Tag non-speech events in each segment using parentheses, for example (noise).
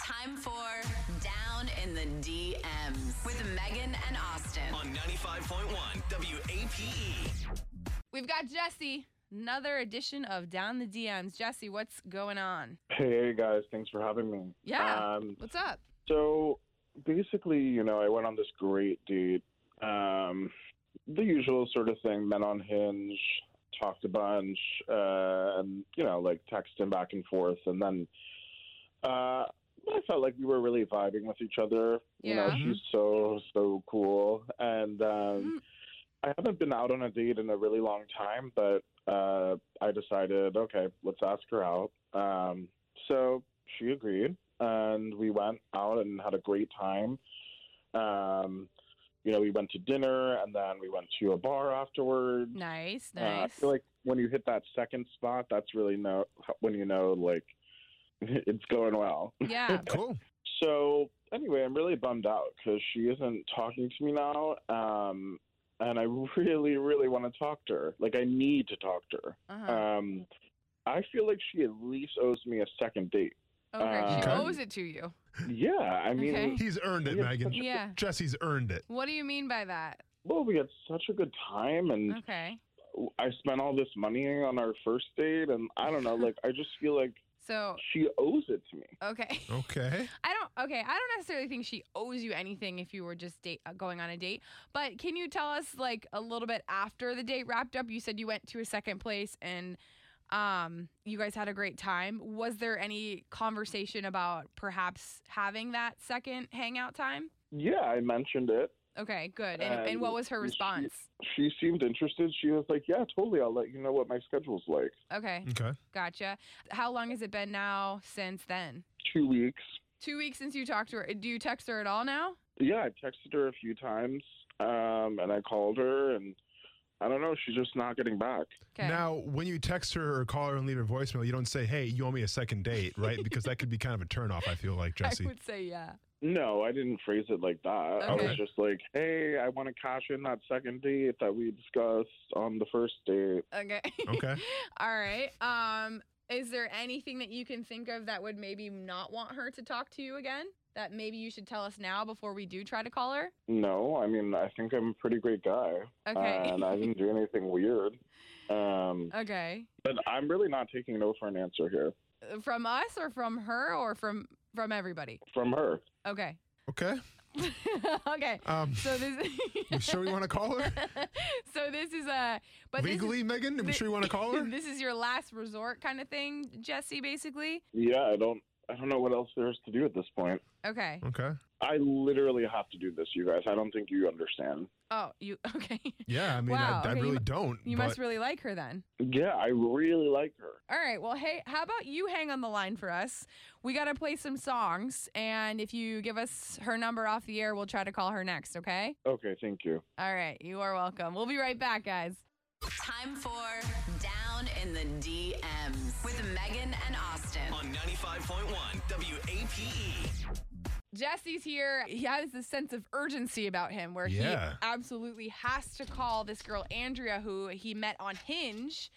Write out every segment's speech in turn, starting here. time for Down in the DMs with Megan and Austin. on 95.1 WAPE. We've got Jesse, another edition of Down the DMs. Jesse, what's going on? Hey guys, thanks for having me. Yeah. Um, what's up? so basically, you know, I went on this great date. Um, the usual sort of thing: men on Hinge, talked a bunch, uh, and you know, like texting back and forth. And then uh, I felt like we were really vibing with each other. Yeah. Mm-hmm. You know, she's so so cool, and um, I haven't been out on a date in a really long time, but uh, I decided, okay, let's ask her out. Um, so she agreed, and we went out and had a great time. Um, you know, we went to dinner, and then we went to a bar afterwards. Nice, Uh, I nice. feel like when you hit that second spot, that's really know when you know like (laughs) it's going well. (laughs) yeah. Cool. So anyway, I'm really bummed out because she isn't talking to me now, um, and I (laughs) really, really want to talk to her. Like I need to talk to her. Uh-huh. Um, I feel like she at least owes me a second date. okay. she Okay. owes it to you. Yeah, I mean, Okay. He's earned it, Yeah. Megan. Yeah. Jesse's earned it. What do you mean by that? well, we had such a good time, and Okay. I spent all this money on our first date, and I don't know, like I just feel like So, she owes it to me. okay. Okay. I don't okay, I don't necessarily think she owes you anything if you were just date uh, going on a date, but can you tell us like a little bit after the date wrapped up? You said you went to a second place and um you guys had a great time. Was there any conversation about perhaps having that second hangout time? Yeah, I mentioned it. Okay, good. And, and what was her Um, response? She seemed interested. She was like, "Yeah, totally. I'll let you know what my schedule's like." Okay, Okay. gotcha. How long has it been now since then? Two weeks. Two weeks since you talked to her. Do you text her at all now? yeah, I texted her a few times, um, and I called her, and I don't know. She's just not getting back. Okay. (laughs) Now, when you text her or call her and leave her voicemail, you don't say, "Hey, you owe me a second date," right? Because that could be kind of a turnoff. I feel (laughs) like I Jesse. would say yeah. No, I didn't phrase it like that. I Okay. was just like, "Hey, I want to cash in that second date that we discussed on the first date." Okay. Okay. (laughs) All right. Um, is there anything that you can think of that would maybe not want her to talk to you again? That maybe you should tell us now before we do try to call her? No, I mean, I think I'm a pretty great guy, Okay. and I didn't do anything weird. Um, (laughs) Okay. but I'm really not taking no for an answer here Uh, From us or from her or from from everybody? from her. Okay. (laughs) Okay. okay. Um, So this you sure we want to call her so this is a (laughs) but this is- legally, Megan? Are we sure you want to call her? (laughs) this is your last resort kind of thing, Jesse basically? Yeah, I don't. I don't know what else there is to do at this point. Okay. Okay. I literally have to do this, you guys. I don't think you understand. Oh, you (laughs) okay. Yeah. I mean, Wow, I, I okay, you really mu- don't. You but must really like her then. Yeah, I really like her. All right. Well, hey, how about you hang on the line for us? We got to play some songs. And if you give us her number off the air, we'll try to call her next, okay? Okay, thank you. All right. You are welcome. We'll be right back, guys. Time for Down in the DMs with Megan and Austin. On 95.1 WAPE. Jesse's here. He has this sense of urgency about him where Yeah. he absolutely has to call this girl, Andrea, who he met on Hinge.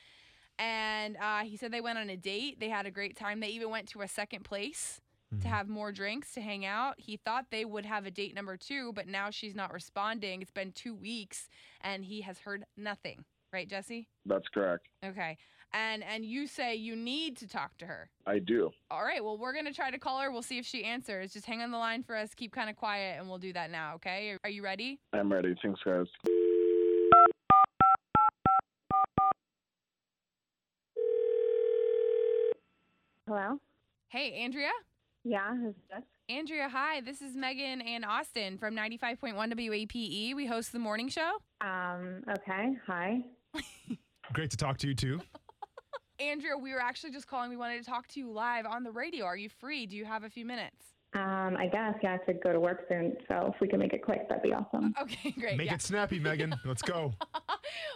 And uh, he said they went on a date. They had a great time. They even went to a second place to Mm. Mm-hmm. have more drinks, to hang out. He thought they would have a date number two, but now she's not responding. It's been two weeks and he has heard nothing. Right, Jesse? That's correct. Okay. And and you say you need to talk to her. I do. All right. Well, we're going to try to call her. We'll see if she answers. Just hang on the line for us. Keep kind of quiet, and we'll do that now. Okay. Are you ready? I'm ready. Thanks, guys. Hello? Hey, Andrea. Yeah, who's this? Andrea, hi. This is Megan and Austin from 95.1 WAPE. E. We host the morning show. Um, okay, hi. Great to talk to you too. Andrea, we were actually just calling. We wanted to talk to you live on the radio. Are you free? Do you have a few minutes? Um, I guess, yeah, I have to go to work soon, so if we can make it quick, that'd be Uh, awesome. Okay, (laughs) (laughs) great. Make yeah. it snappy, Megan. Let's go.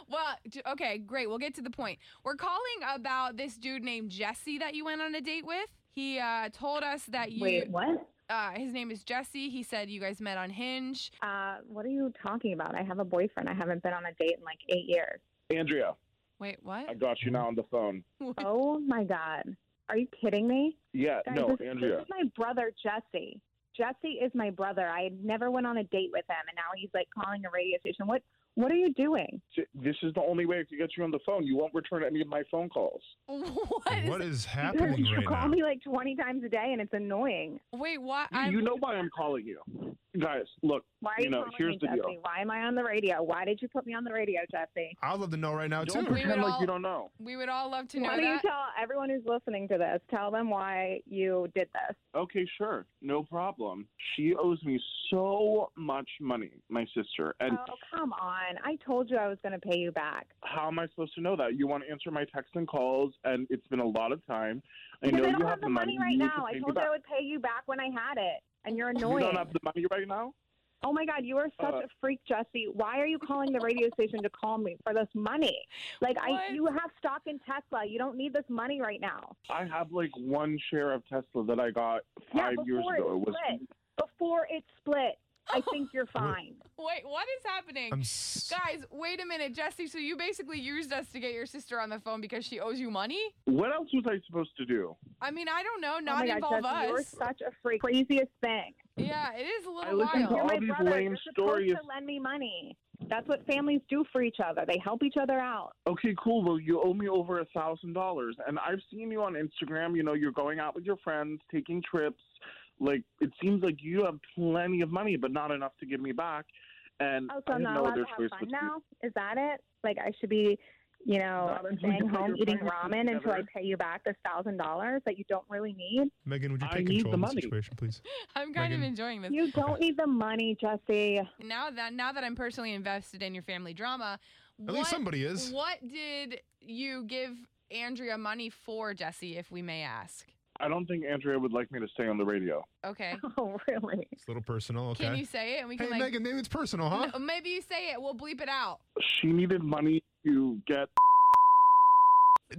Well, d- okay, great. We'll get to the point. We're calling about this dude named Jesse that you went on a date with. He uh, told us that you. Wait, what? Uh, his name is Jesse. He said you guys met on Hinge. Uh, what are you talking about? I have a boyfriend. I haven't been on a date in like eight years. Andrea, Wait, I what? got you now on the phone. Oh my God. Are you kidding me? Yeah, Guys, no, this, Andrea. This is my brother Jesse. Jesse is my brother. I had never went on a date with him, and now he's like calling a radio station. What What are you doing? j- This is the only way I could get you on the phone. You won't return any of my phone calls. (laughs) (laughs) What is, what is Because happening (laughs) you right call now? me like twenty times a day, and it's annoying. Wait, what? You, you know why I'm calling you, guys. Look, Why are You you, know, calling here's me, the Jesse? deal. Why am I on the radio? Why did you put me on the radio, Jesse? I'd love to know right now don't too. we would pretend like all- you don't know. we would all love to know Why don't you that. tell everyone who's listening to this? Tell them why you did this. Okay, sure, no problem. She owes me so much money, my sister, and oh come on! I told you I was going to pay you back. how am I supposed to know that? You want to answer my texts and calls, and it's been a lot of time. I know Because I you don't have the money right You need to now. I pay me told you back. I would pay you back when I had it, (laughs) and you're You annoying. don't have the money right now. Oh my God, you are such Uh, a freak, Jesse. Why are you calling the radio station to call me for this money? Like, I What? you have stock in Tesla. You don't need this money right now. I have like one share of Tesla that I got Yeah, five years before ago. it split. Before it split, I think (laughs) you're fine. Wait, what is happening? I'm s- Guys, wait a minute, Jesse. So you basically used us to get your sister on the phone because she owes you money? What else was I supposed to do? I mean, I don't know. oh Not my God, involve Jesse, You're us. such a freak. Craziest thing. Yeah, it is a I little listened wild. to You're my all these brother. lame you're supposed stories. to lend me money. That's what families do for each other. They help each other out. Okay, cool. Well, you owe me over a thousand dollars, and I've seen you on Instagram. You know, you're going out with your friends, taking trips. Like it seems like you have plenty of money, but not enough to give me back. And Oh, I so I'm have not no allowed other to choice but have fun to- now? Is that it? Like I should be, you know, Not until you staying put home your eating finances ramen until I together. pay you back this thousand dollars that you don't really need. Megan, would you I take need control the of the money. situation, please? (laughs) I'm kind Megan. of enjoying this. You don't need the money, Jesse. Now that now that I'm personally invested in your family drama, At what, least somebody is. what did you give Andrea money for, Jesse, if we may ask? I don't think Andrea would like me to stay on the radio. Okay. (laughs) Oh, really? It's a little personal. Okay. Can you say it? And we hey, can like Megan, maybe it's personal, huh? No, maybe you say it. We'll bleep it out. She needed money to get.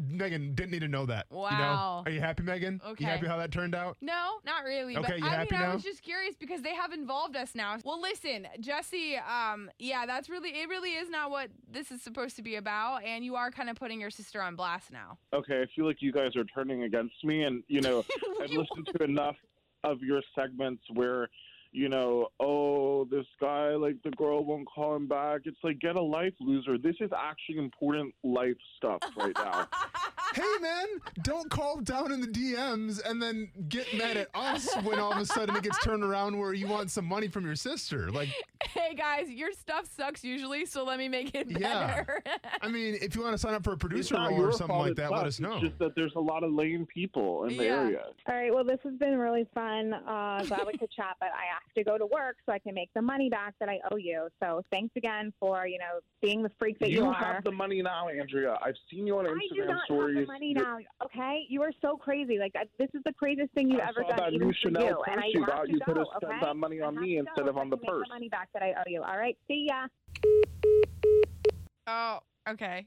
Megan didn't need to know that. You know? Wow. Are you happy, Megan? Okay. You happy how that (laughs) turned out? No, not really. Okay, but you I happy mean, now? I was just curious because they have involved us now. Well, listen, Jesse. Um, yeah, that's really it. Really is not what this is supposed to be about, and you are kind of putting your sister on blast (laughs) now. (laughs) Okay, I feel like you guys are turning against me, and you know, I've You- listened to enough of your segments where, you know, oh, this guy, like the girl won't call him back. It's like, get a life, loser. This is actually important life stuff right (laughs) now. hey, man, don't call down in the DMs and then get mad at us when all of a sudden it gets turned around where you want some money from your sister. Like, hey guys, your stuff sucks usually, so let me make it Yeah. better. (laughs) I mean, if you want to sign up for a It's producer not role your or something fault, like it's that, let us. us know. It's just that there's a lot of lame people in the Yeah. area. All right. Well, this has been really fun. Uh, glad we could chat, but I have to go to work so I can make the money back that I owe you. So thanks again for you know being the freak that you, are. have the money now, Andrea. I've seen you on I do Instagram not stories. have the money You're- now. Okay, you are so crazy. Like I, this is the craziest thing you've I ever saw done, that even new for Chanel you. purse And I you have got. to You go, could have spent okay? that money I on have me to instead go of so on I the can make purse. The money back that I owe you. All right, see ya. oh, okay.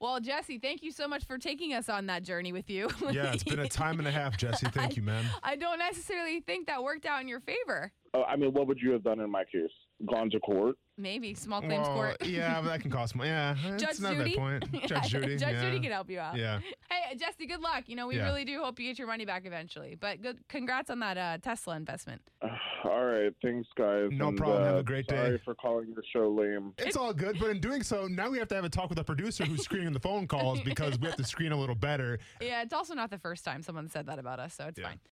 Well, Jesse, thank you so much for taking us on that journey with you. (laughs) (laughs) yeah, it's been a time and a half, Jesse. Thank you, man. I don't necessarily think that worked out in your favor. Oh, I mean, what would you have done in my case? Gone to court? Maybe small claims Well, court. yeah, (laughs) but that can cost money. Yeah, Judge it's not Judy. that point. Yeah, (laughs) Judge Judy. Judge yeah. Judy can help you out. Yeah. Hey, Jesse, good luck. You know, we Yeah. really do hope you get your money back eventually. But good, congrats on that uh, Tesla investment. (sighs) All right, thanks, guys. No and, problem. Have uh, a great day. Sorry for calling your show lame. It's all good, but in doing so, now we have to have a talk with our producer who's screening the phone calls because we have to screen a little better. Yeah, it's also not the first time someone said that about us, so it's Yeah. fine.